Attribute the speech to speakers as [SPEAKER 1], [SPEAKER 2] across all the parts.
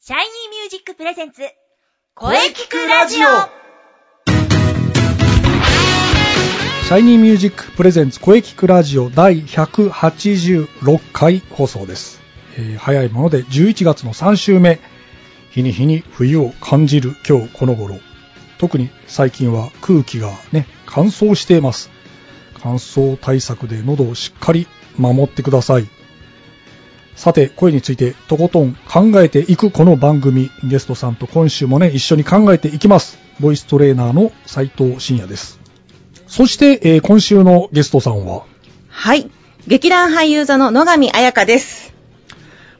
[SPEAKER 1] シャイニーミュージックプレゼンツ、
[SPEAKER 2] 声聞くラジオ
[SPEAKER 3] シャイニーミュージックプレゼンツ声聞くラジオ第186回放送です、えー早いもので11月の3週目日に日に冬を感じる今日この頃特に最近は空気がね乾燥しています乾燥対策で喉をしっかり守ってくださいさて声についてとことん考えていくこの番組ゲストさんと今週もね一緒に考えていきますボイストレーナーの斉藤真也ですそして、えー今週のゲストさんは、
[SPEAKER 2] はい。劇団俳優座の野上彩香です。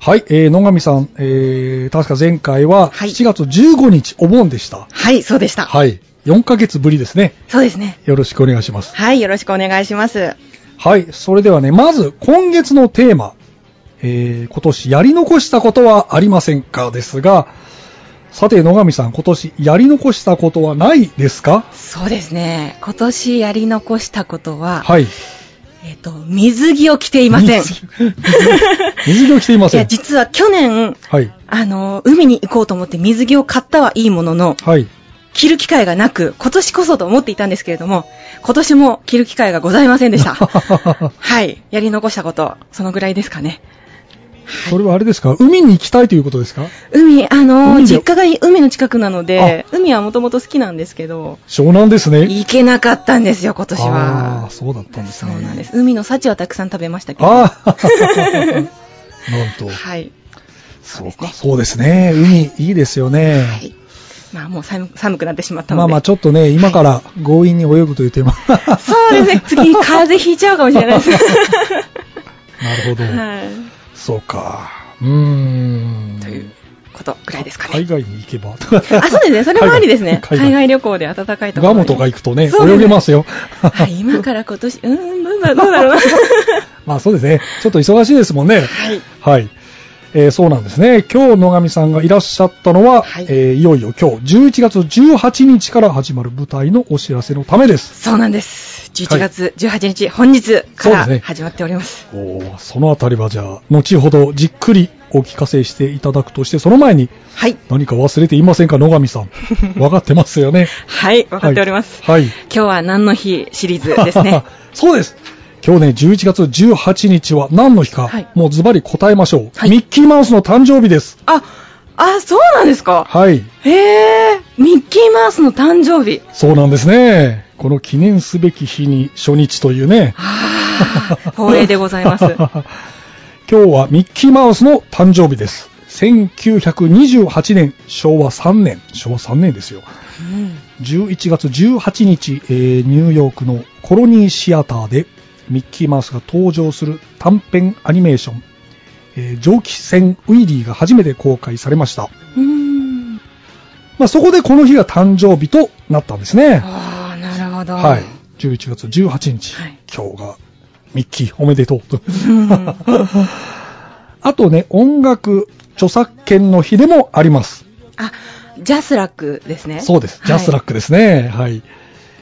[SPEAKER 3] はい、えー野上さん、えー確か前回は
[SPEAKER 2] はい
[SPEAKER 3] 7月15日、お盆でした。
[SPEAKER 2] はい、そうでした。
[SPEAKER 3] はい、4ヶ月ぶりですね。
[SPEAKER 2] そうですね。
[SPEAKER 3] よろしくお願いします。
[SPEAKER 2] はい、よろしくお願いします。
[SPEAKER 3] はい、それではね、まず今月のテーマ、えー今年やり残したことはありませんかですが、さて野上さん、今年やり残したことはないですか
[SPEAKER 2] そうですね。今年やり残したことは、
[SPEAKER 3] はい。
[SPEAKER 2] えっ、と、水着を着ていません。
[SPEAKER 3] 水水着を着ていま
[SPEAKER 2] い
[SPEAKER 3] せ
[SPEAKER 2] や、
[SPEAKER 3] ん。
[SPEAKER 2] 実は去年、
[SPEAKER 3] はい。
[SPEAKER 2] あの、海に行こうと思って水着を買ったはいいものの、
[SPEAKER 3] はい。
[SPEAKER 2] 着る機会がなく、今年こそと思っていたんですけれども、今年も着る機会がございませんで した。はい。やり残したこと、そのぐらいですかね。
[SPEAKER 3] それはあれですか海に行きたいということですか
[SPEAKER 2] 海、あのー
[SPEAKER 3] 海で
[SPEAKER 2] 実家が海の近くなので、海はもともと好きなんですけど、
[SPEAKER 3] 湘南ですね。
[SPEAKER 2] 行けなかったんですよ、今年
[SPEAKER 3] ああー、
[SPEAKER 2] は。
[SPEAKER 3] そうだったんです
[SPEAKER 2] そ
[SPEAKER 3] ね。
[SPEAKER 2] うなんで。 す。海の幸はたくさん食べましたけど。は
[SPEAKER 3] ああ、なんと。
[SPEAKER 2] い。
[SPEAKER 3] そうか、そうですね。海、いいですよね。
[SPEAKER 2] はい。まあ、もう寒寒くなってしまった
[SPEAKER 3] ま
[SPEAKER 2] の
[SPEAKER 3] あ
[SPEAKER 2] で。
[SPEAKER 3] まあ、ちょっとね、今から強引に泳ぐというテ ーマ。
[SPEAKER 2] そうですね。 次、風邪ひいちゃうかもしれないです。
[SPEAKER 3] なるほど。
[SPEAKER 2] はい。
[SPEAKER 3] そうか。うーん。
[SPEAKER 2] ということぐらいですかね。
[SPEAKER 3] 海外に行 けば。
[SPEAKER 2] あ、そうですね。それもありですね。
[SPEAKER 3] 海
[SPEAKER 2] 海
[SPEAKER 3] 外
[SPEAKER 2] 外旅行で暖かいとこ
[SPEAKER 3] ガ
[SPEAKER 2] ろに。
[SPEAKER 3] モとか行くとね、
[SPEAKER 2] そうです
[SPEAKER 3] 泳げますよ。
[SPEAKER 2] はい、今から今年、うーん、どうだどうだろうな。
[SPEAKER 3] まあそうですね。ちょっと忙しいですもんね。
[SPEAKER 2] はい。
[SPEAKER 3] はい。えーそうなんですね。今日野上さんがいらっしゃったのは、
[SPEAKER 2] はい
[SPEAKER 3] いえーいよいよ今日11月18日から始まる舞台のお知らせのためです。
[SPEAKER 2] そうなんです。
[SPEAKER 3] はい
[SPEAKER 2] 11月18日、本日か
[SPEAKER 3] そうですね
[SPEAKER 2] ら始まっております。
[SPEAKER 3] おーそのあたりはじゃあ、後ほどじっくりお聞かせしていただくとして、その前に
[SPEAKER 2] はい。
[SPEAKER 3] 何か忘れていませんか、野上さん。 分かってますよね。
[SPEAKER 2] はい、わかっております。
[SPEAKER 3] はい。はい
[SPEAKER 2] 今日は何の日シリーズですね。
[SPEAKER 3] そうです。今日ね、11月18日は何の日か、
[SPEAKER 2] はい
[SPEAKER 3] もうズバリ答えましょう、
[SPEAKER 2] はい
[SPEAKER 3] ミッキーマウスの誕生日です。
[SPEAKER 2] あ、あ、そうなんですか。
[SPEAKER 3] はい。
[SPEAKER 2] へえ、ミッキーマウスの誕生日。
[SPEAKER 3] そうなんですね。この記念すべき日に初日というね。
[SPEAKER 2] ああ、光栄でござい ます。
[SPEAKER 3] 今日はミッキーマウスの誕生日です。1928年、昭和3年、昭和3年ですよ。
[SPEAKER 2] うん
[SPEAKER 3] 11月18日、えーニューヨークのコロニーシアターでミッキーマウスが登場する短編アニメーション、えー蒸気船ウィリーが初めて公開されました。
[SPEAKER 2] うーん。
[SPEAKER 3] まあ、そこでこの日が誕生日となったんですね。
[SPEAKER 2] ああ、なるほど。
[SPEAKER 3] はい。11月18日、
[SPEAKER 2] はい
[SPEAKER 3] 今日がミッキーおめでとう と。
[SPEAKER 2] うん。
[SPEAKER 3] あとね、音楽著作権の日でもあります。
[SPEAKER 2] あ、ジャスラックですね。
[SPEAKER 3] そうです。ジャスラッ
[SPEAKER 2] ク。
[SPEAKER 3] クですね。はい。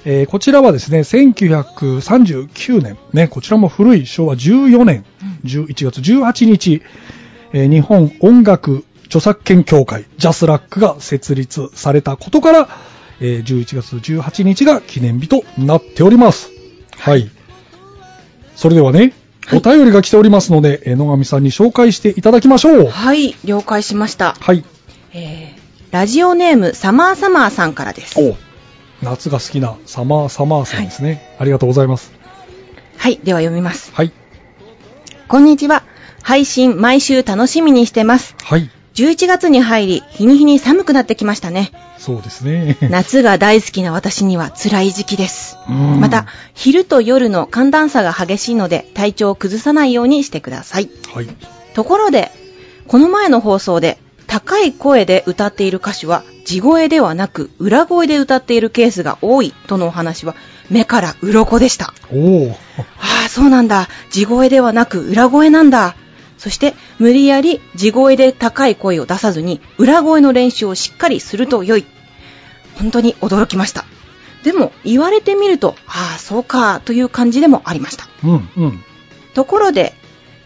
[SPEAKER 3] えーこちらはですね、1939年、ね、こちらも古い昭和14年、11月18日、えー日本音楽著作権協会、ジャスラックが設立されたことから、えー11月18日が記念日となっております。はい。それではね、お便りが来ておりますので、えー野上さんに紹介していただきましょう。
[SPEAKER 2] はい、了解しました。
[SPEAKER 3] はい。
[SPEAKER 2] えー、ラジオネーム、サマーサマーさんからです。
[SPEAKER 3] お夏が好きなサマーサマーさんですね、ありがとうございます
[SPEAKER 2] はい、では読みます。
[SPEAKER 3] はい
[SPEAKER 2] こんにちは。配信毎週楽しみにしてます。
[SPEAKER 3] はい
[SPEAKER 2] 11月に入り、日に日に寒くなってきましたね。
[SPEAKER 3] そうですね
[SPEAKER 2] 夏が大好きな私には辛い時期です。
[SPEAKER 3] うん
[SPEAKER 2] また、昼と夜の寒暖差が激しいので、体調を崩さないようにしてください。
[SPEAKER 3] はい
[SPEAKER 2] ところで、この前の放送で、高い声で歌っている歌手は、地声ではなく、裏声で歌っているケースが多いとのお話は、目から鱗でした。
[SPEAKER 3] おお
[SPEAKER 2] ああ、そうなんだ。地声ではなく裏声なんだ。そして、無理やり地声で高い声を出さずに、裏声の練習をしっかりすると良い。本当に驚きました。でも、言われてみると、ああ、そうか、という感じでもありました。
[SPEAKER 3] うんうん
[SPEAKER 2] ところで、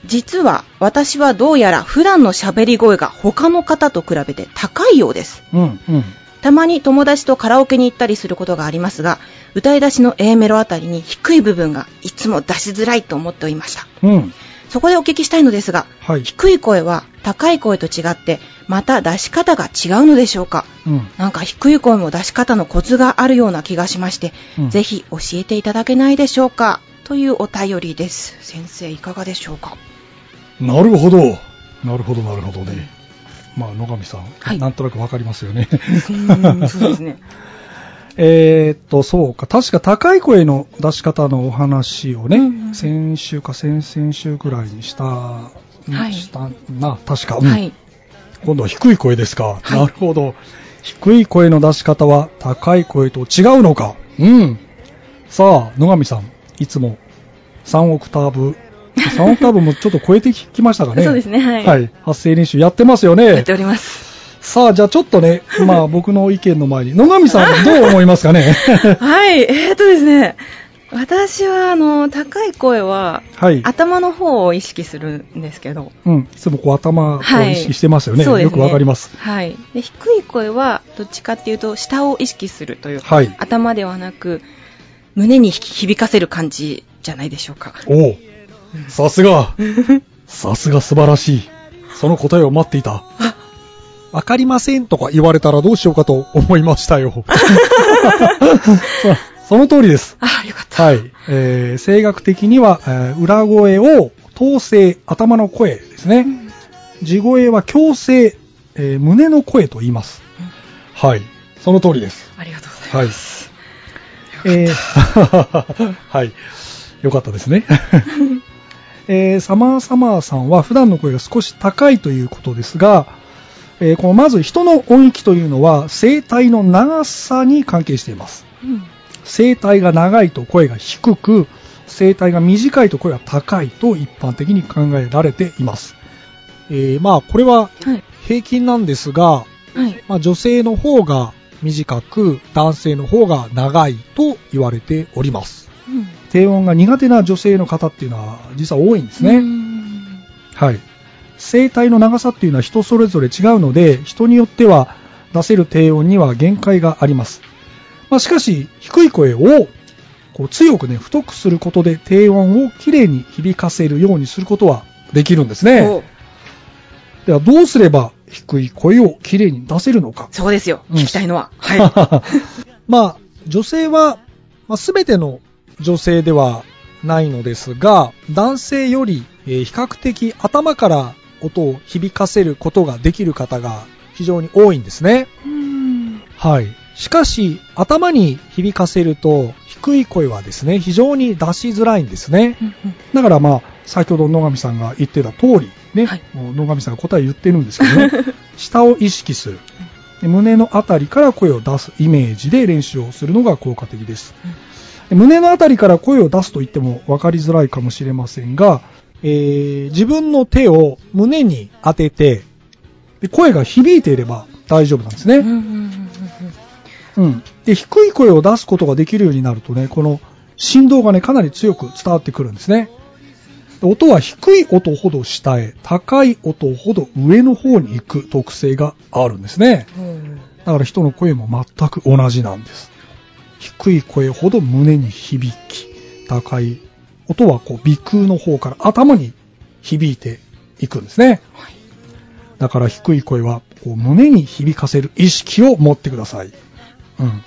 [SPEAKER 2] 実は私はどうやら普段の喋り声が他の方と比べて高いようです。
[SPEAKER 3] うん、うん。
[SPEAKER 2] たまに友達とカラオケに行ったりすることがありますが、歌い出しの A メロあたりに低い部分がいつも出しづらいと思っておりました。
[SPEAKER 3] うん。
[SPEAKER 2] そこでお聞きしたいのですが、
[SPEAKER 3] はい。
[SPEAKER 2] 低い声は高い声と違って、また出し方が違うのでしょうか
[SPEAKER 3] うん。
[SPEAKER 2] なんか低い声も出し方のコツがあるような気がしまして、
[SPEAKER 3] うん
[SPEAKER 2] ぜひ教えていただけないでしょうかというお便りです。先生いかがでしょうか
[SPEAKER 3] なるほど。なるほど、なるほどね。まあ、野上さん、
[SPEAKER 2] はい
[SPEAKER 3] なんとなくわかりますよね。
[SPEAKER 2] うんそうですね。
[SPEAKER 3] えーっと、そうか。確か高い声の出し方のお話をね、
[SPEAKER 2] うんうん
[SPEAKER 3] 先週か先々週ぐらいにした、
[SPEAKER 2] い
[SPEAKER 3] したな、確か。うん
[SPEAKER 2] はい。
[SPEAKER 3] 今度は低い声ですか、
[SPEAKER 2] はい
[SPEAKER 3] なるほど。低い声の出し方は高い声と違うのか。うん。さあ、野上さん、いつも3オクターブ、3オクターブもちょっと超えてきましたかね。
[SPEAKER 2] そうですね。はい。
[SPEAKER 3] はい。発声練習やってますよ
[SPEAKER 2] や
[SPEAKER 3] ね
[SPEAKER 2] っ。ております。
[SPEAKER 3] さあ、じゃあちょっ とね、まあ僕の意見の前に、野上さんどう思います かね
[SPEAKER 2] はい。えー、っとですね。私は、あの、高い声は、
[SPEAKER 3] はい。
[SPEAKER 2] 頭の方を意識するんですけど。
[SPEAKER 3] うん。いつもこう頭を意識してますよね。
[SPEAKER 2] そうですね。
[SPEAKER 3] よくわかります。。
[SPEAKER 2] はい。で低い声は、どっちかっていうと、下を意識するというか、
[SPEAKER 3] はい
[SPEAKER 2] 頭ではなく、胸に響かせる感じじゃないでしょうか。
[SPEAKER 3] おお、さすが。さすが素晴らしい。その答えを待っていた。わかりませんとか言われたらどうしようかと思いましたよ。 その通りです。
[SPEAKER 2] ああ、よかった。
[SPEAKER 3] はい。えー、声楽的には、えー裏声を統制、頭の声ですね。地声は強制、えー胸の声と言います。はい。その通りです。
[SPEAKER 2] ありがとうござい
[SPEAKER 3] はい。えーはい。よかったですね。 えーサマーサマーさんは普段の声が少し高いということですが、えーこのまず人の音域というのは声帯の長さに関係しています。
[SPEAKER 2] ます。
[SPEAKER 3] 声帯が長いと声が低く、声帯が短いと声が高いと一般的に考えられています。えーまあこれは
[SPEAKER 2] うん。はい。
[SPEAKER 3] 平均なんですが、
[SPEAKER 2] はい。
[SPEAKER 3] まあ、女性の方が短く男性の方が長いと言われております
[SPEAKER 2] うん。で
[SPEAKER 3] 低音が苦手な女性の方っていうのは実は多いんですね、はい声帯の長さっていうのは人それぞれ違うので人によっては出せる低音には限界があります、まあ、しかし低い声をこう強くね太くすることで低音をきれいに響かせるようにすることはできるんですね
[SPEAKER 2] お
[SPEAKER 3] ではどうすれば低い声をきれいに出せるのか
[SPEAKER 2] そうですよ。
[SPEAKER 3] うん
[SPEAKER 2] 聞きたいのは。 はい。
[SPEAKER 3] まあ、女性は、まあ、全ての女性ではないのですが、男性より、えー比較的頭から音を響かせることができる方が非常に多いんですね。
[SPEAKER 2] うん。
[SPEAKER 3] はい。しかし、頭に響かせると、低い声はですね、非常に出しづらいんですね。だからまあ、先ほど野上さんが言ってた通り、ね、
[SPEAKER 2] はい
[SPEAKER 3] もう野上さんが答え言ってるんですけどね、 下を意識する。で胸のあたりから声を出すイメージで練習をするのが効果的です。で胸のあたりから声を出すと言っても分かりづらいかもしれませんが、えー自分の手を胸に当てて、で声が響いていれば大丈夫なんですね。
[SPEAKER 2] うんうんうん
[SPEAKER 3] うん。で、低い声を出すことができるようになるとね、この振動がね、かなり強く伝わってくるんですね。で音は低い音ほど下へ、高い音ほど上の方に行く特性があるんですね。
[SPEAKER 2] うん
[SPEAKER 3] だから人の声も全く同じなんです。低い声ほど胸に響き、高い音はこう鼻腔の方から頭に響いていくんですね。だから低い声はこう胸に響かせる意識を持ってください。うん。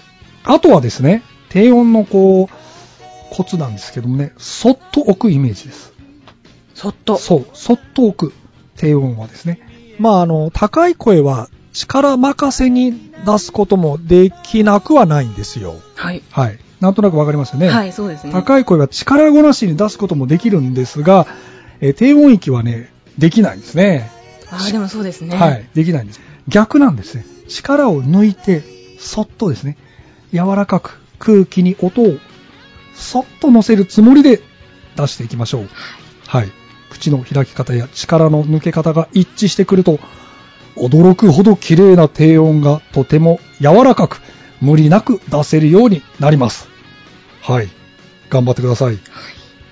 [SPEAKER 3] あとはですね、低音のこう、コツなんですけどもね、そっと置くイメージです。
[SPEAKER 2] そっと。
[SPEAKER 3] そう、そっと置く。低音はですね。まあ、あの、高い声は力任せに出すこともできなくはないんですよ。
[SPEAKER 2] はい。
[SPEAKER 3] はい。なんとなくわかりますよね。
[SPEAKER 2] はい、そうですね。
[SPEAKER 3] 高い声は力ごなしに出すこともできるんですが、えー低音域はね、できないんですね。
[SPEAKER 2] ああ、でもそうですね。
[SPEAKER 3] はい。できないんです。逆なんですね。力を抜いて、そっとですね、柔らかく空気に音をそっと乗せるつもりで出していきましょう。はい。口の開き方や力の抜け方が一致してくると、驚くほど綺麗な低音がとても柔らかく、無理なく出せるようになります。はい。頑張ってください。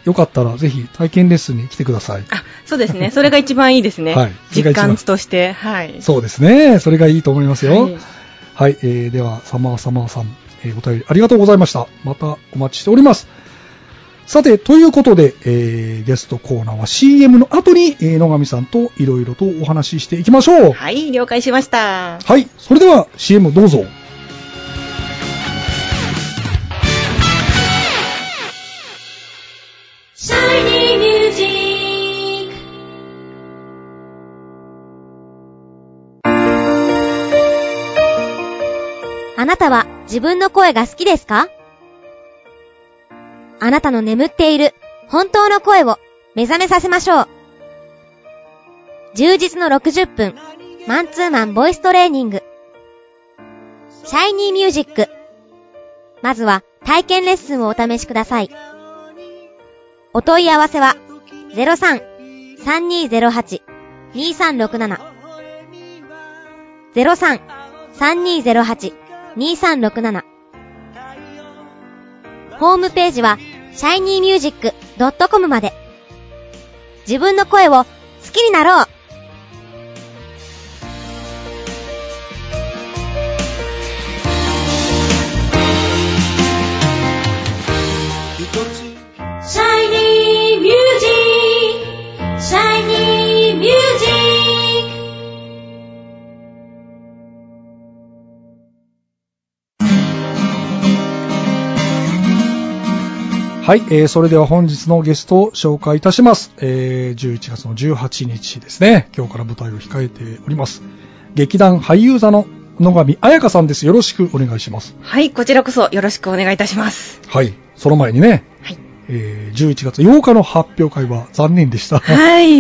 [SPEAKER 3] よかったらぜひ体験レッスンに来てください。
[SPEAKER 2] あ、そうですね。それが一番いいですね。
[SPEAKER 3] はいそ
[SPEAKER 2] 実
[SPEAKER 3] れが一番
[SPEAKER 2] 感として。はい。
[SPEAKER 3] そうですね。それがいいと思いますよ。は
[SPEAKER 2] はいい、
[SPEAKER 3] えーでは、サマーサマーさん、えーお便りありがとうございました。またお待ちしております。さて、ということで、えーゲストコーナーは CM の後に、えー野上さんといろいろとお話ししていきましょう。
[SPEAKER 2] はい、了解しました。
[SPEAKER 3] はい、それでは CM どうぞ。
[SPEAKER 4] あなたは自分の声が好きですかあなたの眠っている本当の声を目覚めさせましょう。充実の60分、マンツーマンボイストレーニング。シャイニーミュージック。まずは体験レッスンをお試しください。お問い合わせは03-3208-2367 03-3208-2367 3208-2367ホームページは shinymusic.com まで自分の声を好きになろう
[SPEAKER 3] はい、えーそれでは本日のゲストを紹介いたします。えー11月の18日ですね。今日から舞台を控えております。劇団俳優座の野上彩香さんです。よろしくお願いします。
[SPEAKER 2] はい、こちらこそよろしくお願いいたします。
[SPEAKER 3] はい、その前にね、
[SPEAKER 2] はい。
[SPEAKER 3] えー11月8日の発表会は残念でした。
[SPEAKER 2] はい。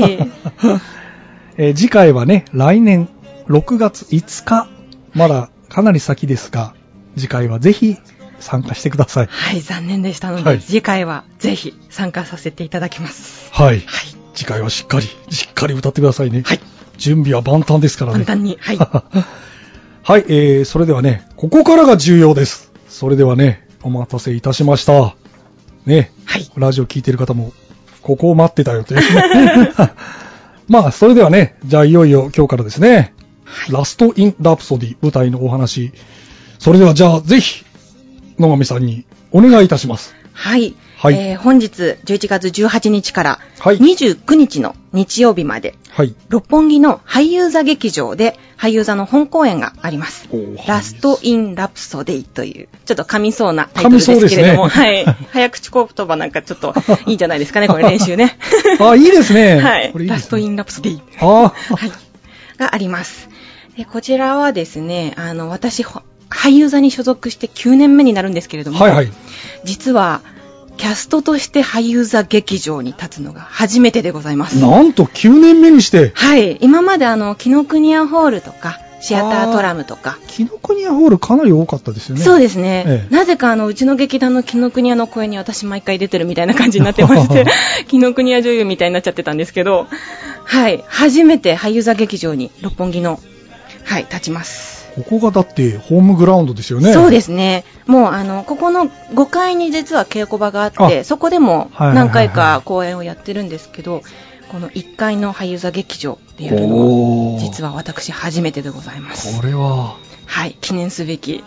[SPEAKER 3] えー次回はね、来年6月5日、まだかなり先ですが、次回はぜひ参加してくださ い。
[SPEAKER 2] はい、残念でしたので、
[SPEAKER 3] はい
[SPEAKER 2] 次回はぜひ参加させていただきます。
[SPEAKER 3] はい。
[SPEAKER 2] はい。
[SPEAKER 3] 次回はしっかり、しっかり歌ってくださいね。
[SPEAKER 2] はい。
[SPEAKER 3] 準備は万端ですからね。
[SPEAKER 2] 簡単に。 はい。
[SPEAKER 3] はい、えー、それではね、ここからが重要です。それではね、お待たせいたしました。ね、
[SPEAKER 2] はい。
[SPEAKER 3] ラジオ聞いてる方も、ここを待ってたよという ね。まあ、それではね、じゃあいよいよ今日からですね、ラストインラプソディ舞台のお話。それではじゃあぜひ、野上さんにお願いいたします。
[SPEAKER 2] はい。
[SPEAKER 3] はい
[SPEAKER 2] えー本日11月18日から
[SPEAKER 3] はい
[SPEAKER 2] 29日の日曜日まで、
[SPEAKER 3] はい。
[SPEAKER 2] 六本木の俳優座劇場で俳優座の本公演があります
[SPEAKER 3] おー。
[SPEAKER 2] ラスト・イン・ラプソデイという、ちょっと噛みそうなタイトルで
[SPEAKER 3] 噛みそうですす
[SPEAKER 2] け
[SPEAKER 3] ね
[SPEAKER 2] れども、はい。早口言葉なんかちょっといいんじゃないです かね、これ練習ね。
[SPEAKER 3] あ、いいです ね。
[SPEAKER 2] はい
[SPEAKER 3] これいい
[SPEAKER 2] ラ
[SPEAKER 3] ですね
[SPEAKER 2] スト・イン・ラプソデイ。
[SPEAKER 3] あー
[SPEAKER 2] はい。があります。でこちらはですね、あの、私、ほ俳優座に所属して9年目になるんですけれども、
[SPEAKER 3] はいはい。
[SPEAKER 2] 実は、キャストとして俳優座劇場に立つのが初めてでございます。
[SPEAKER 3] なんと9年目にして、
[SPEAKER 2] はい。今まであの、紀ノ国屋ホールとか、シアタートラムとか、
[SPEAKER 3] キノコニアホールかなり多かったですよね。
[SPEAKER 2] そうですね、
[SPEAKER 3] ええ
[SPEAKER 2] なぜかあのうちの劇団の紀ノ国屋の声に私毎回出てるみたいな感じになってまして 紀ノ国屋女優みたいになっちゃってたんですけどはい初めて俳優座劇場に六本木のはい立ちます、
[SPEAKER 3] ここがだってホームグラウンドですよね。
[SPEAKER 2] そうですねもうあのここの5階に実は稽古場があって
[SPEAKER 3] あ
[SPEAKER 2] そこでも
[SPEAKER 3] はいはいはい
[SPEAKER 2] 何回か公演をやってるんですけど、この1階の俳優座劇場でやるのは
[SPEAKER 3] おー
[SPEAKER 2] 実は私初めてでございます
[SPEAKER 3] これは、
[SPEAKER 2] はい記念すべき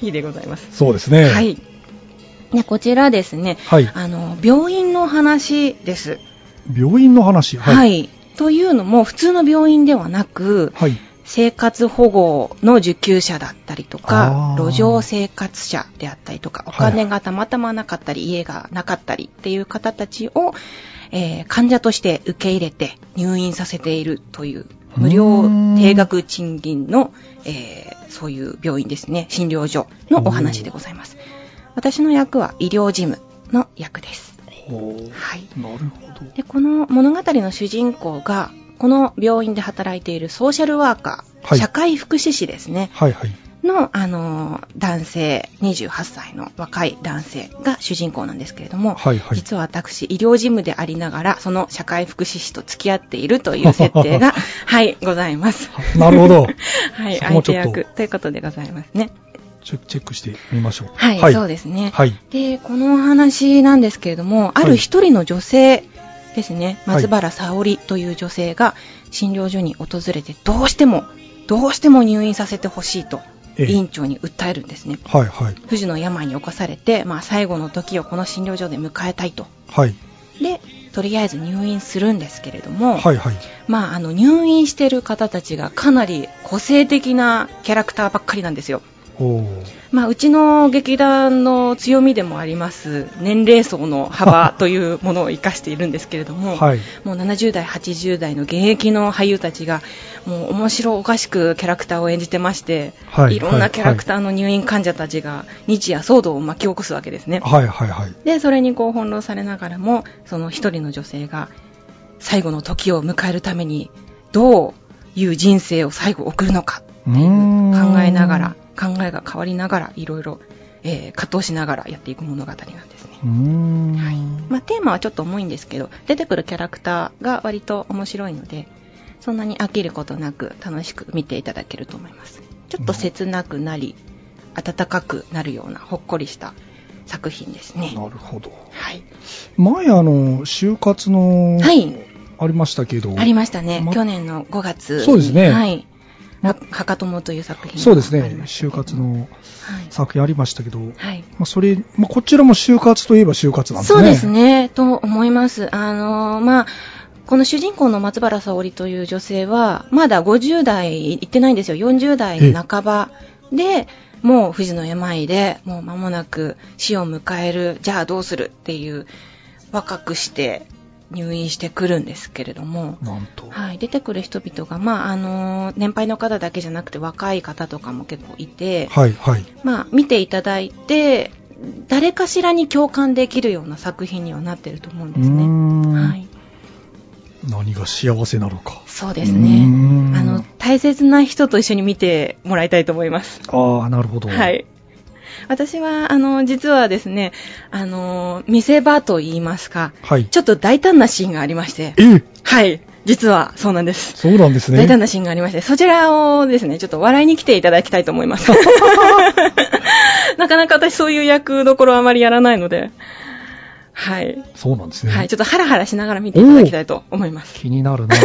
[SPEAKER 2] 日でございます
[SPEAKER 3] そうですね。
[SPEAKER 2] は。い。で、こちらですね。
[SPEAKER 3] はい
[SPEAKER 2] あの、病院の話です。
[SPEAKER 3] 病院の話。
[SPEAKER 2] はい。というのも、普通の病院ではなく、
[SPEAKER 3] はい。
[SPEAKER 2] 生活保護の受給者だったりと
[SPEAKER 3] あ
[SPEAKER 2] か、
[SPEAKER 3] ー
[SPEAKER 2] 路上生活者であったりとか、お
[SPEAKER 3] はい
[SPEAKER 2] 金がたまたまなかったり、家がなかったりっていう方たちを、えー患者として受け入れて入院させているという、無料定額賃金の、えーそういう病院ですね、診療所のお話でございます。私の役は医療事務の役です。
[SPEAKER 3] ほ
[SPEAKER 2] はい。
[SPEAKER 3] うなるほど。
[SPEAKER 2] で、この物語の主人公が、この病院で働いているソーシャルワーカー、
[SPEAKER 3] はい
[SPEAKER 2] 社会福祉士ですね、
[SPEAKER 3] はいはい。
[SPEAKER 2] の、あのー男性、28歳の若い男性が主人公なんですけれども、
[SPEAKER 3] はいはい
[SPEAKER 2] 実は私、医療事務でありながら、その社会福祉士と付き合っていると いう設定が、はい、ございます。
[SPEAKER 3] なるほど。
[SPEAKER 2] はい、
[SPEAKER 3] そこ
[SPEAKER 2] 相
[SPEAKER 3] もち
[SPEAKER 2] 手
[SPEAKER 3] ょっと
[SPEAKER 2] 役ということでございますね。
[SPEAKER 3] チェックチェックしてみましょう。
[SPEAKER 2] はい、そうですね。
[SPEAKER 3] はい。
[SPEAKER 2] で、このお話なんですけれども、ある一人の女性ですね松原沙織という女性が診療所に訪れてどうしてもどうしても入院させてほしいと
[SPEAKER 3] ええ
[SPEAKER 2] 院長に訴えるんですね
[SPEAKER 3] はいはい。
[SPEAKER 2] 不治の病に侵されて、まあ、最後の時をこの診療所で迎えたいと
[SPEAKER 3] はい。
[SPEAKER 2] でとりあえず入院するんですけれども、
[SPEAKER 3] はいはい。
[SPEAKER 2] まあ、あの入院してる方たちがかなり個性的なキャラクターばっかりなんですよ、
[SPEAKER 3] おー
[SPEAKER 2] まあ、うちの劇団の強みでもあります年齢層の 幅というものを生かしているんですけれども、
[SPEAKER 3] はい。
[SPEAKER 2] もう70代、80代の現役の俳優たちがもう面白おかしくキャラクターを演じてまして、、
[SPEAKER 3] はいい
[SPEAKER 2] ろんなキャラクターの入院患者たちが日夜騒動を巻き起こすわけですね。
[SPEAKER 3] はいはいはい。
[SPEAKER 2] でそれにこう翻弄されながらもその一人の女性が最後の時を迎えるためにどういう人生を最後送るのか
[SPEAKER 3] うーん
[SPEAKER 2] 考えながら。考えが変わりながらいろいろ、えー葛藤しながらやっていく物語なんですね、
[SPEAKER 3] うーん。
[SPEAKER 2] はいまあ、テーマはちょっと重いんですけど出てくるキャラクターが割と面白いのでそんなに飽きることなく楽しく見ていただけると思いますちょっと切なくなり温かくなるようなほっこりした作品ですね
[SPEAKER 3] なるほど。
[SPEAKER 2] はい、
[SPEAKER 3] 前、あの、就活の、
[SPEAKER 2] はい、
[SPEAKER 3] ありましたけど、
[SPEAKER 2] ありましたね、
[SPEAKER 3] ま
[SPEAKER 2] 去年の5月に
[SPEAKER 3] そうですね
[SPEAKER 2] はい、はかかともという作品
[SPEAKER 3] そうです
[SPEAKER 2] があり
[SPEAKER 3] ね、
[SPEAKER 2] ました
[SPEAKER 3] 就
[SPEAKER 2] けど
[SPEAKER 3] 活の
[SPEAKER 2] はい
[SPEAKER 3] 作品ありましたけど、ま
[SPEAKER 2] はい
[SPEAKER 3] あ、それ、まあ、こちらも就活といえば就活なんですね。
[SPEAKER 2] そうです。ね、と思います。あのーまあ、この主人公の松原沙織という女性は、まだ50代行ってないんですよ。40代半ばで、もう不治の病で、もう間もなく死を迎える、じゃあどうするっていう、若くして入院してくるんですけれども、
[SPEAKER 3] なんと。
[SPEAKER 2] はい、出てくる人々が、まああのー年配の方だけじゃなくて若い方とかも結構いて、
[SPEAKER 3] はい、はい。
[SPEAKER 2] まあ、見ていただいて誰かしらに共感できるような作品にはなってると思うん
[SPEAKER 3] う
[SPEAKER 2] で
[SPEAKER 3] ー
[SPEAKER 2] すね。
[SPEAKER 3] ん、
[SPEAKER 2] はい、
[SPEAKER 3] 何が幸せなのか。
[SPEAKER 2] そうです
[SPEAKER 3] うー
[SPEAKER 2] ね
[SPEAKER 3] ん
[SPEAKER 2] あの大切な人と一緒に見てもらいたいと思います。
[SPEAKER 3] ああ、なるほど。
[SPEAKER 2] は。い私はあの実はですねあの見せ場と言いますか
[SPEAKER 3] はい。
[SPEAKER 2] ちょっと大胆なシーンがありまして
[SPEAKER 3] え
[SPEAKER 2] はい実はそうなんです
[SPEAKER 3] そうなんですね。
[SPEAKER 2] 大胆なシーンがありまして、そちらをですね、ちょっと笑いに来ていただきたいと思い ます。なかなか私そういう役どころあまりやらないので、はい。
[SPEAKER 3] そうなんですね。
[SPEAKER 2] はい、ちょっとハラハラしながら見ていただきたいと思い ます。
[SPEAKER 3] 気にな るな。
[SPEAKER 2] は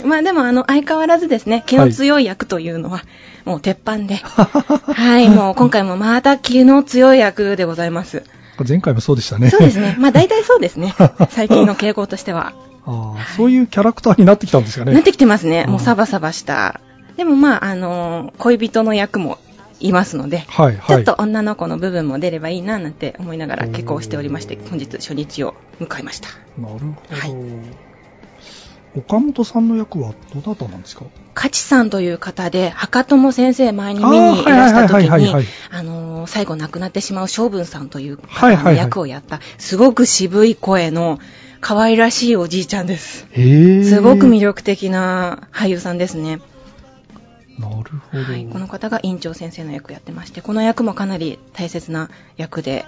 [SPEAKER 2] い、まあでも、あの、相変わらずですね、気の強い役というのは、もう鉄板 で、はい、もう今回もまた気の強い役でございます。
[SPEAKER 3] 前回もそうでしたね。
[SPEAKER 2] そうですね。まあ大体そうです ね。最近の傾向としては。
[SPEAKER 3] ああ、そういうキャラクターになってきたんですかね。
[SPEAKER 2] なってきてますね。
[SPEAKER 3] うん
[SPEAKER 2] もうサバサバした。でもまあ、あのー恋人の役もいますので、
[SPEAKER 3] はい、
[SPEAKER 2] ち
[SPEAKER 3] は
[SPEAKER 2] ょっ
[SPEAKER 3] い。
[SPEAKER 2] と女の子の部分も出ればいいななんて思いながら
[SPEAKER 3] おー
[SPEAKER 2] 結婚しておりまして、本日初日を迎えました。
[SPEAKER 3] なる
[SPEAKER 2] は
[SPEAKER 3] ほど。岡本さんの役はどなたなんですか
[SPEAKER 2] カチさんという方で、博友先生前に
[SPEAKER 3] あー
[SPEAKER 2] 見にいらした時
[SPEAKER 3] はいはいはいはいはい
[SPEAKER 2] に、あのー最後亡くなってしまう将軍さんという方
[SPEAKER 3] はいは
[SPEAKER 2] の
[SPEAKER 3] いはい
[SPEAKER 2] 役をやった、すごく渋い声の可愛らしいおじいちゃんです。
[SPEAKER 3] へえ。
[SPEAKER 2] すごく魅力的な俳優さんですね。
[SPEAKER 3] なるほど。
[SPEAKER 2] はい、この方が院長先生の役をやってましてこの役もかなり大切な役で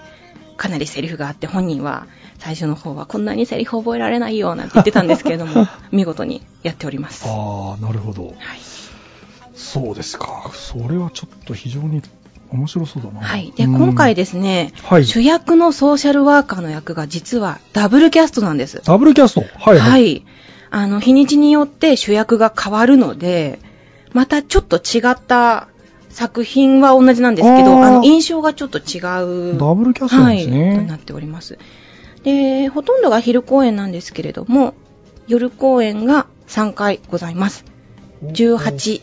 [SPEAKER 2] かなりセリフがあって本人は最初の方はこんなにセリフ覚えられないよなんて言ってたんですけれど も見事にやっております、は
[SPEAKER 3] ああ、なるほど。
[SPEAKER 2] い
[SPEAKER 3] そうですか。それはちょっと非常に面白そうだな。
[SPEAKER 2] はい、で今回
[SPEAKER 3] で。
[SPEAKER 2] ですね、
[SPEAKER 3] はい
[SPEAKER 2] 主役のソーシャルワーカーの役が実はダブルキャストなんです
[SPEAKER 3] ダブルキャスト。はい、
[SPEAKER 2] は
[SPEAKER 3] はい。
[SPEAKER 2] い。あの、日にちによって主役が変わるので、またちょっと違った作品は同じなんですけ
[SPEAKER 3] あ
[SPEAKER 2] ど、
[SPEAKER 3] ー
[SPEAKER 2] あの、印象がちょっと違う。
[SPEAKER 3] ダブルキャストなんですね
[SPEAKER 2] はい。となっております。で、ほとんどが昼公演なんですけれども、夜公演が3回ございます。18、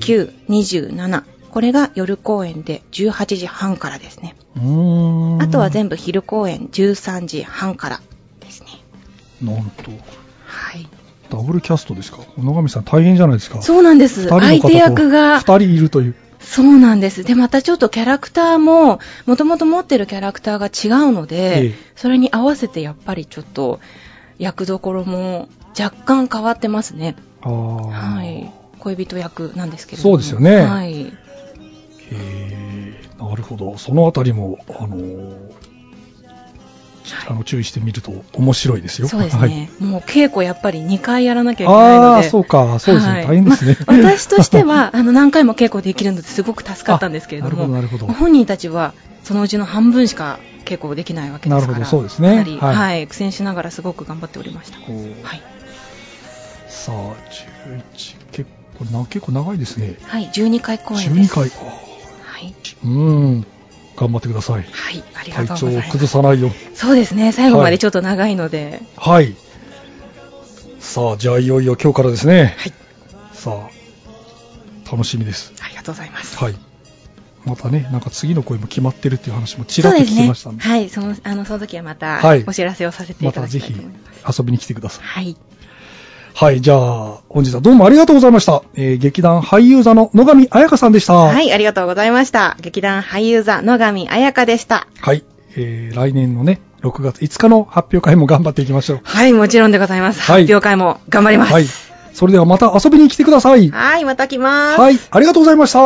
[SPEAKER 2] 19、27。これが夜公演で18時半からですね。
[SPEAKER 3] うーん。
[SPEAKER 2] あとは全部昼公演13時半からですね。
[SPEAKER 3] なんと、
[SPEAKER 2] はい。
[SPEAKER 3] ダブルキャストですか。野上さん大変じゃないですか。
[SPEAKER 2] そうなんです。
[SPEAKER 3] 二人の
[SPEAKER 2] 相
[SPEAKER 3] 方と
[SPEAKER 2] 手役が
[SPEAKER 3] 二、人いるという。
[SPEAKER 2] そうなんです。で、またちょっとキャラクターも、もともと持ってるキャラクターが違うので、
[SPEAKER 3] ええ
[SPEAKER 2] それに合わせてやっぱりちょっと、役どころも若干変わってますね。
[SPEAKER 3] ああ。
[SPEAKER 2] はい。恋人役なんですけれど
[SPEAKER 3] そう
[SPEAKER 2] も。
[SPEAKER 3] ですよね
[SPEAKER 2] はい。
[SPEAKER 3] へえ、なるほど。そのあたりも、あのーあの注意してみると面白いですよ。
[SPEAKER 2] そうですね、
[SPEAKER 3] はい
[SPEAKER 2] もう稽古やっぱり2回やらなきゃいけないので。
[SPEAKER 3] ああ、そうか、そうですね、
[SPEAKER 2] はい
[SPEAKER 3] 大変ですね。
[SPEAKER 2] まあ私として はあの何回も稽古できるのですごく助かったんですけれど
[SPEAKER 3] あ
[SPEAKER 2] も
[SPEAKER 3] なるほどなるほど
[SPEAKER 2] 本人たちはそのうちの半分しか稽古できないわけですから
[SPEAKER 3] なるほどそうですね
[SPEAKER 2] かなり、
[SPEAKER 3] は
[SPEAKER 2] はいい苦戦しながらすごく頑張っておりました、
[SPEAKER 3] おー
[SPEAKER 2] はい
[SPEAKER 3] さあ、11、結構な、結構長いですね。
[SPEAKER 2] はい、12回公演で
[SPEAKER 3] 12
[SPEAKER 2] す
[SPEAKER 3] 回。あ
[SPEAKER 2] はい、
[SPEAKER 3] ーうん、頑張ってください。
[SPEAKER 2] はい、ありが
[SPEAKER 3] 体
[SPEAKER 2] とうござ
[SPEAKER 3] 調
[SPEAKER 2] い
[SPEAKER 3] を
[SPEAKER 2] ます
[SPEAKER 3] 崩さないように。
[SPEAKER 2] そうですね最後ま
[SPEAKER 3] は
[SPEAKER 2] で
[SPEAKER 3] い
[SPEAKER 2] ちょっと長いので、
[SPEAKER 3] はい。さあ、じゃあいよいよ今日からですね。はい。さあ、楽しみです。
[SPEAKER 2] ありがとうございます、
[SPEAKER 3] はい。またね、なんか次の声も決まってるっていう話もちらっと聞きました
[SPEAKER 2] そ
[SPEAKER 3] ん
[SPEAKER 2] うで
[SPEAKER 3] で、
[SPEAKER 2] すねはいそのあのその時はまた
[SPEAKER 3] はい
[SPEAKER 2] お知らせをさせてい
[SPEAKER 3] ま
[SPEAKER 2] た
[SPEAKER 3] た
[SPEAKER 2] だ
[SPEAKER 3] ぜ
[SPEAKER 2] きたい
[SPEAKER 3] ひ
[SPEAKER 2] と思います、
[SPEAKER 3] 遊びに来てください。
[SPEAKER 2] はい
[SPEAKER 3] はい、じゃあ、本日はどうもありがとうございました。えー劇団俳優座の野上彩香さんでした。。
[SPEAKER 2] はいい、ありがとうございました。劇団俳優座、野上彩香でした。
[SPEAKER 3] はい。えー来年のね、6月5日の発表会も頑張っていきましょう。
[SPEAKER 2] はい、もちろんでございます。
[SPEAKER 3] はい
[SPEAKER 2] 発表会も頑張ります。
[SPEAKER 3] はい。それではまた遊びに来てください。
[SPEAKER 2] はい、また来ます。
[SPEAKER 3] はい、ありがとうございました。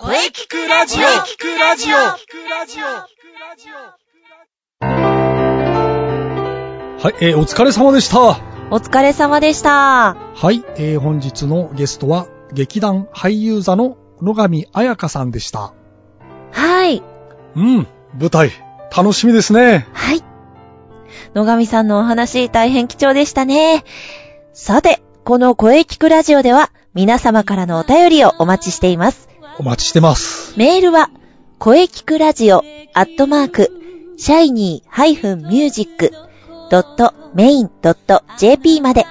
[SPEAKER 1] 声聞くラジオ聞くラジオ
[SPEAKER 3] はい、えーお疲れ様でした。
[SPEAKER 5] お疲れ様でした。
[SPEAKER 3] はい、えー本日のゲストは、劇団俳優座の野上彩香さんでした。
[SPEAKER 5] はい。
[SPEAKER 3] うん、舞台、楽しみですね。
[SPEAKER 5] はい。野上さんのお話、大変貴重でしたね。さて、この声聞くラジオでは、皆様からのお便りをお待ちしています。
[SPEAKER 3] お待ちしてます。
[SPEAKER 5] メールは、声聞くラジオ、アットマーク、シャイニー -music.main.jp まで、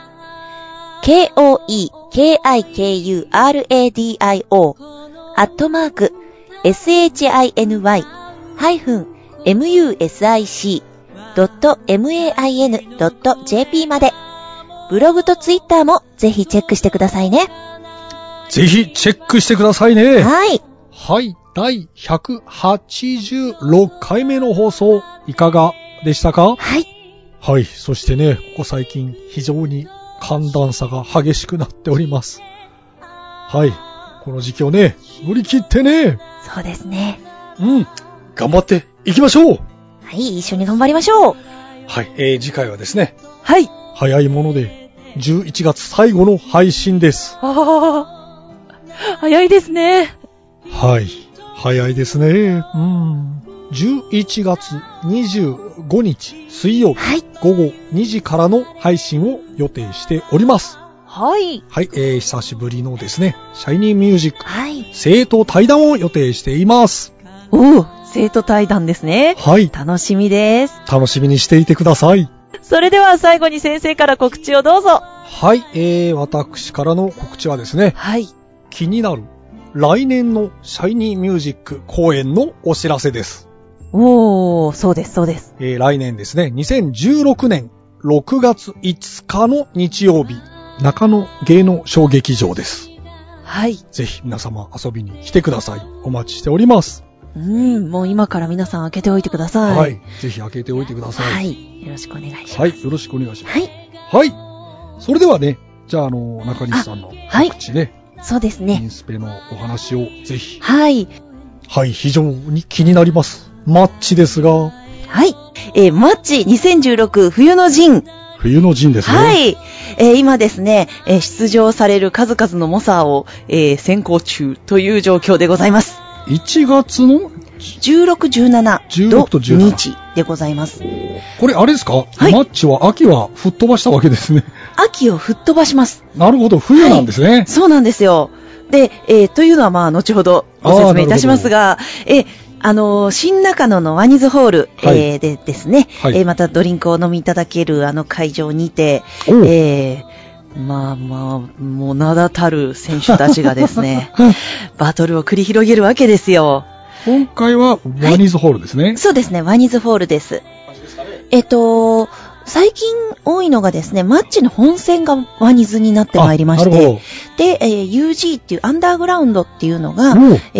[SPEAKER 5] k-o-e-k-i-k-u-r-a-d-i-o、アットマーク、shiny-music.main.jp まで、ブログとツイッターもぜひチェックしてくださいね。
[SPEAKER 3] ぜひ、チェックしてくださいね。
[SPEAKER 5] はい。
[SPEAKER 3] はい、第186回目の放送、いかがでしたか
[SPEAKER 5] はい。
[SPEAKER 3] はい、そしてね、ここ最近、非常に寒暖差が激しくなっております。はい、この時期をね、乗り切ってね、
[SPEAKER 5] そうですね。
[SPEAKER 3] うん、頑張っていきましょう
[SPEAKER 5] はい、一緒に頑張りましょう。
[SPEAKER 3] はい、えー次回はですね、
[SPEAKER 5] はい。
[SPEAKER 3] 早いもので、11月最後の配信です。
[SPEAKER 5] ああ、早いですね。
[SPEAKER 3] はい、早いですね。うん。11月25日水曜
[SPEAKER 5] はい。
[SPEAKER 3] 午後2時からの配信を予定しております。
[SPEAKER 5] はい。
[SPEAKER 3] はい、えー久しぶりのですね、シャイニーミュージック
[SPEAKER 5] はい。
[SPEAKER 3] 生徒対談を予定しています。
[SPEAKER 5] おお、生徒対談ですね。
[SPEAKER 3] はい、
[SPEAKER 5] 楽しみです。
[SPEAKER 3] 楽しみにしていてください。
[SPEAKER 5] それでは最後に先生から告知をどうぞ。
[SPEAKER 3] はい、えー、私からの告知はですね、
[SPEAKER 5] はい。
[SPEAKER 3] 気になる来年のシャイニーミュージック公演のお知らせです。
[SPEAKER 5] おー、そうです、そうです。
[SPEAKER 3] えー来年ですね、2016年6月5日の日曜日、中野芸能小劇場です。
[SPEAKER 5] はい。
[SPEAKER 3] ぜひ皆様遊びに来てください。お待ちしております。
[SPEAKER 5] うん、もう今から皆さん開けておいてください。
[SPEAKER 3] はい。。ぜひ開けておいてくださ。
[SPEAKER 5] はいい。よろしくお願いします。
[SPEAKER 3] はい。よろしくお願いします。
[SPEAKER 5] はい。
[SPEAKER 3] はい。それではね、じゃあ、あの、中西さんの
[SPEAKER 5] はい
[SPEAKER 3] 告知ね、
[SPEAKER 5] そうです
[SPEAKER 3] イ
[SPEAKER 5] ね。
[SPEAKER 3] ンスペのお話をぜひ。
[SPEAKER 5] はい。
[SPEAKER 3] はい、非常に気になります。マッチですが、
[SPEAKER 5] はい。えーマッチ2016冬の陣。
[SPEAKER 3] 冬の陣ですね。
[SPEAKER 5] はい。えー今ですね、えー出場される数々の猛者を、えー先行中という状況でございます。
[SPEAKER 3] 1月の、
[SPEAKER 5] 16、17
[SPEAKER 3] 16と
[SPEAKER 5] 土
[SPEAKER 3] 17
[SPEAKER 5] 日でございます。
[SPEAKER 3] これあれですか、
[SPEAKER 5] はい
[SPEAKER 3] マッチは秋は吹っ飛ばしたわけですね。
[SPEAKER 5] 秋を吹っ飛ばします。
[SPEAKER 3] なるほど、冬なんですね。
[SPEAKER 5] そうなんですよ。で、えーというのはまあ、後ほどご
[SPEAKER 3] あー
[SPEAKER 5] 説明いたしますが、えーあのー新中野のワニズホール、
[SPEAKER 3] はい
[SPEAKER 5] えーでですね、
[SPEAKER 3] はい
[SPEAKER 5] えーまたドリンクを飲みいただけるあの会場にて、
[SPEAKER 3] おう
[SPEAKER 5] えーまあまあ、もう名だたる選手たちがです ね、バトルを繰り広げるわけですよ。
[SPEAKER 3] 今回はワニズホールですね。
[SPEAKER 5] そうですね、ワニズホールです。えっと、最近多いのがですね、マッチの本戦がワニズになってまいりまし
[SPEAKER 3] あなる
[SPEAKER 5] て、で、えー UG っていうアンダーグラウンドっていうのが、
[SPEAKER 3] ほど。おう
[SPEAKER 5] え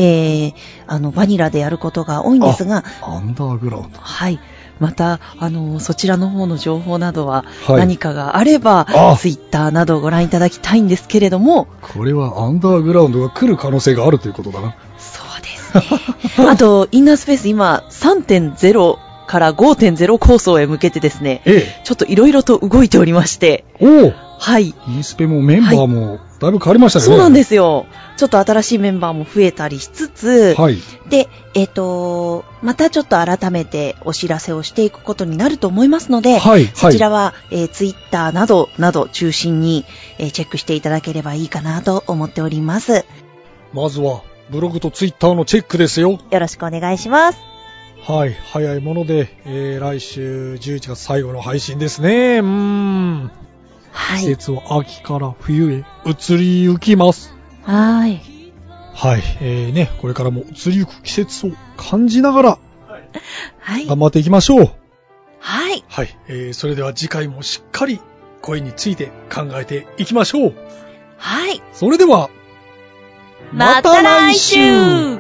[SPEAKER 5] ーあの、バニラでやることが多いんですが、
[SPEAKER 3] アンダーグラウンド。
[SPEAKER 5] はい。
[SPEAKER 6] また、あの、そちらの方の情報などは、
[SPEAKER 3] はい
[SPEAKER 6] 何かがあれば、
[SPEAKER 3] あ
[SPEAKER 6] ツイッターなどをご覧いただきたいんですけれども、
[SPEAKER 3] これはアンダーグラウンドが来る可能性があるということだな。
[SPEAKER 6] そうです ね。あと、インナースペース今、3.0から5.0構想へ向けてですね、
[SPEAKER 3] ええ。
[SPEAKER 6] ちょっといろいろと動いておりまして、
[SPEAKER 3] おお
[SPEAKER 6] はい。
[SPEAKER 3] インスペもメンバーもだいぶ変わりましたね。。
[SPEAKER 6] そうなんですすよ。ちょっと新しいメンバーも増えたりしつつ、
[SPEAKER 3] はい。
[SPEAKER 5] で、えっ、と、またちょっと改めてお知らせをしていくことになると思いますので、
[SPEAKER 3] はい。
[SPEAKER 5] そちら
[SPEAKER 3] は
[SPEAKER 5] は、えー、ツイッターなど、など中心に、えーチェックしていただければいいかなと思っております。
[SPEAKER 3] い。まずは、ブログとツイッターのチェックですよ。
[SPEAKER 5] よろしくお願いします。
[SPEAKER 3] はい。早いもので、えー、来週11月最後の配信ですね。うーん。
[SPEAKER 5] は
[SPEAKER 3] 季
[SPEAKER 5] い。
[SPEAKER 3] 節は秋から冬へ移りゆきます。
[SPEAKER 5] はい。
[SPEAKER 3] はい。えー、ね、これからも移りゆく季節を感じながら
[SPEAKER 5] はい。
[SPEAKER 3] 頑張っていきましょう。
[SPEAKER 5] はい。
[SPEAKER 3] はい。えー、それでは次回もしっかり声について考えていきましょう。
[SPEAKER 5] はい。
[SPEAKER 3] それでは、
[SPEAKER 5] また来週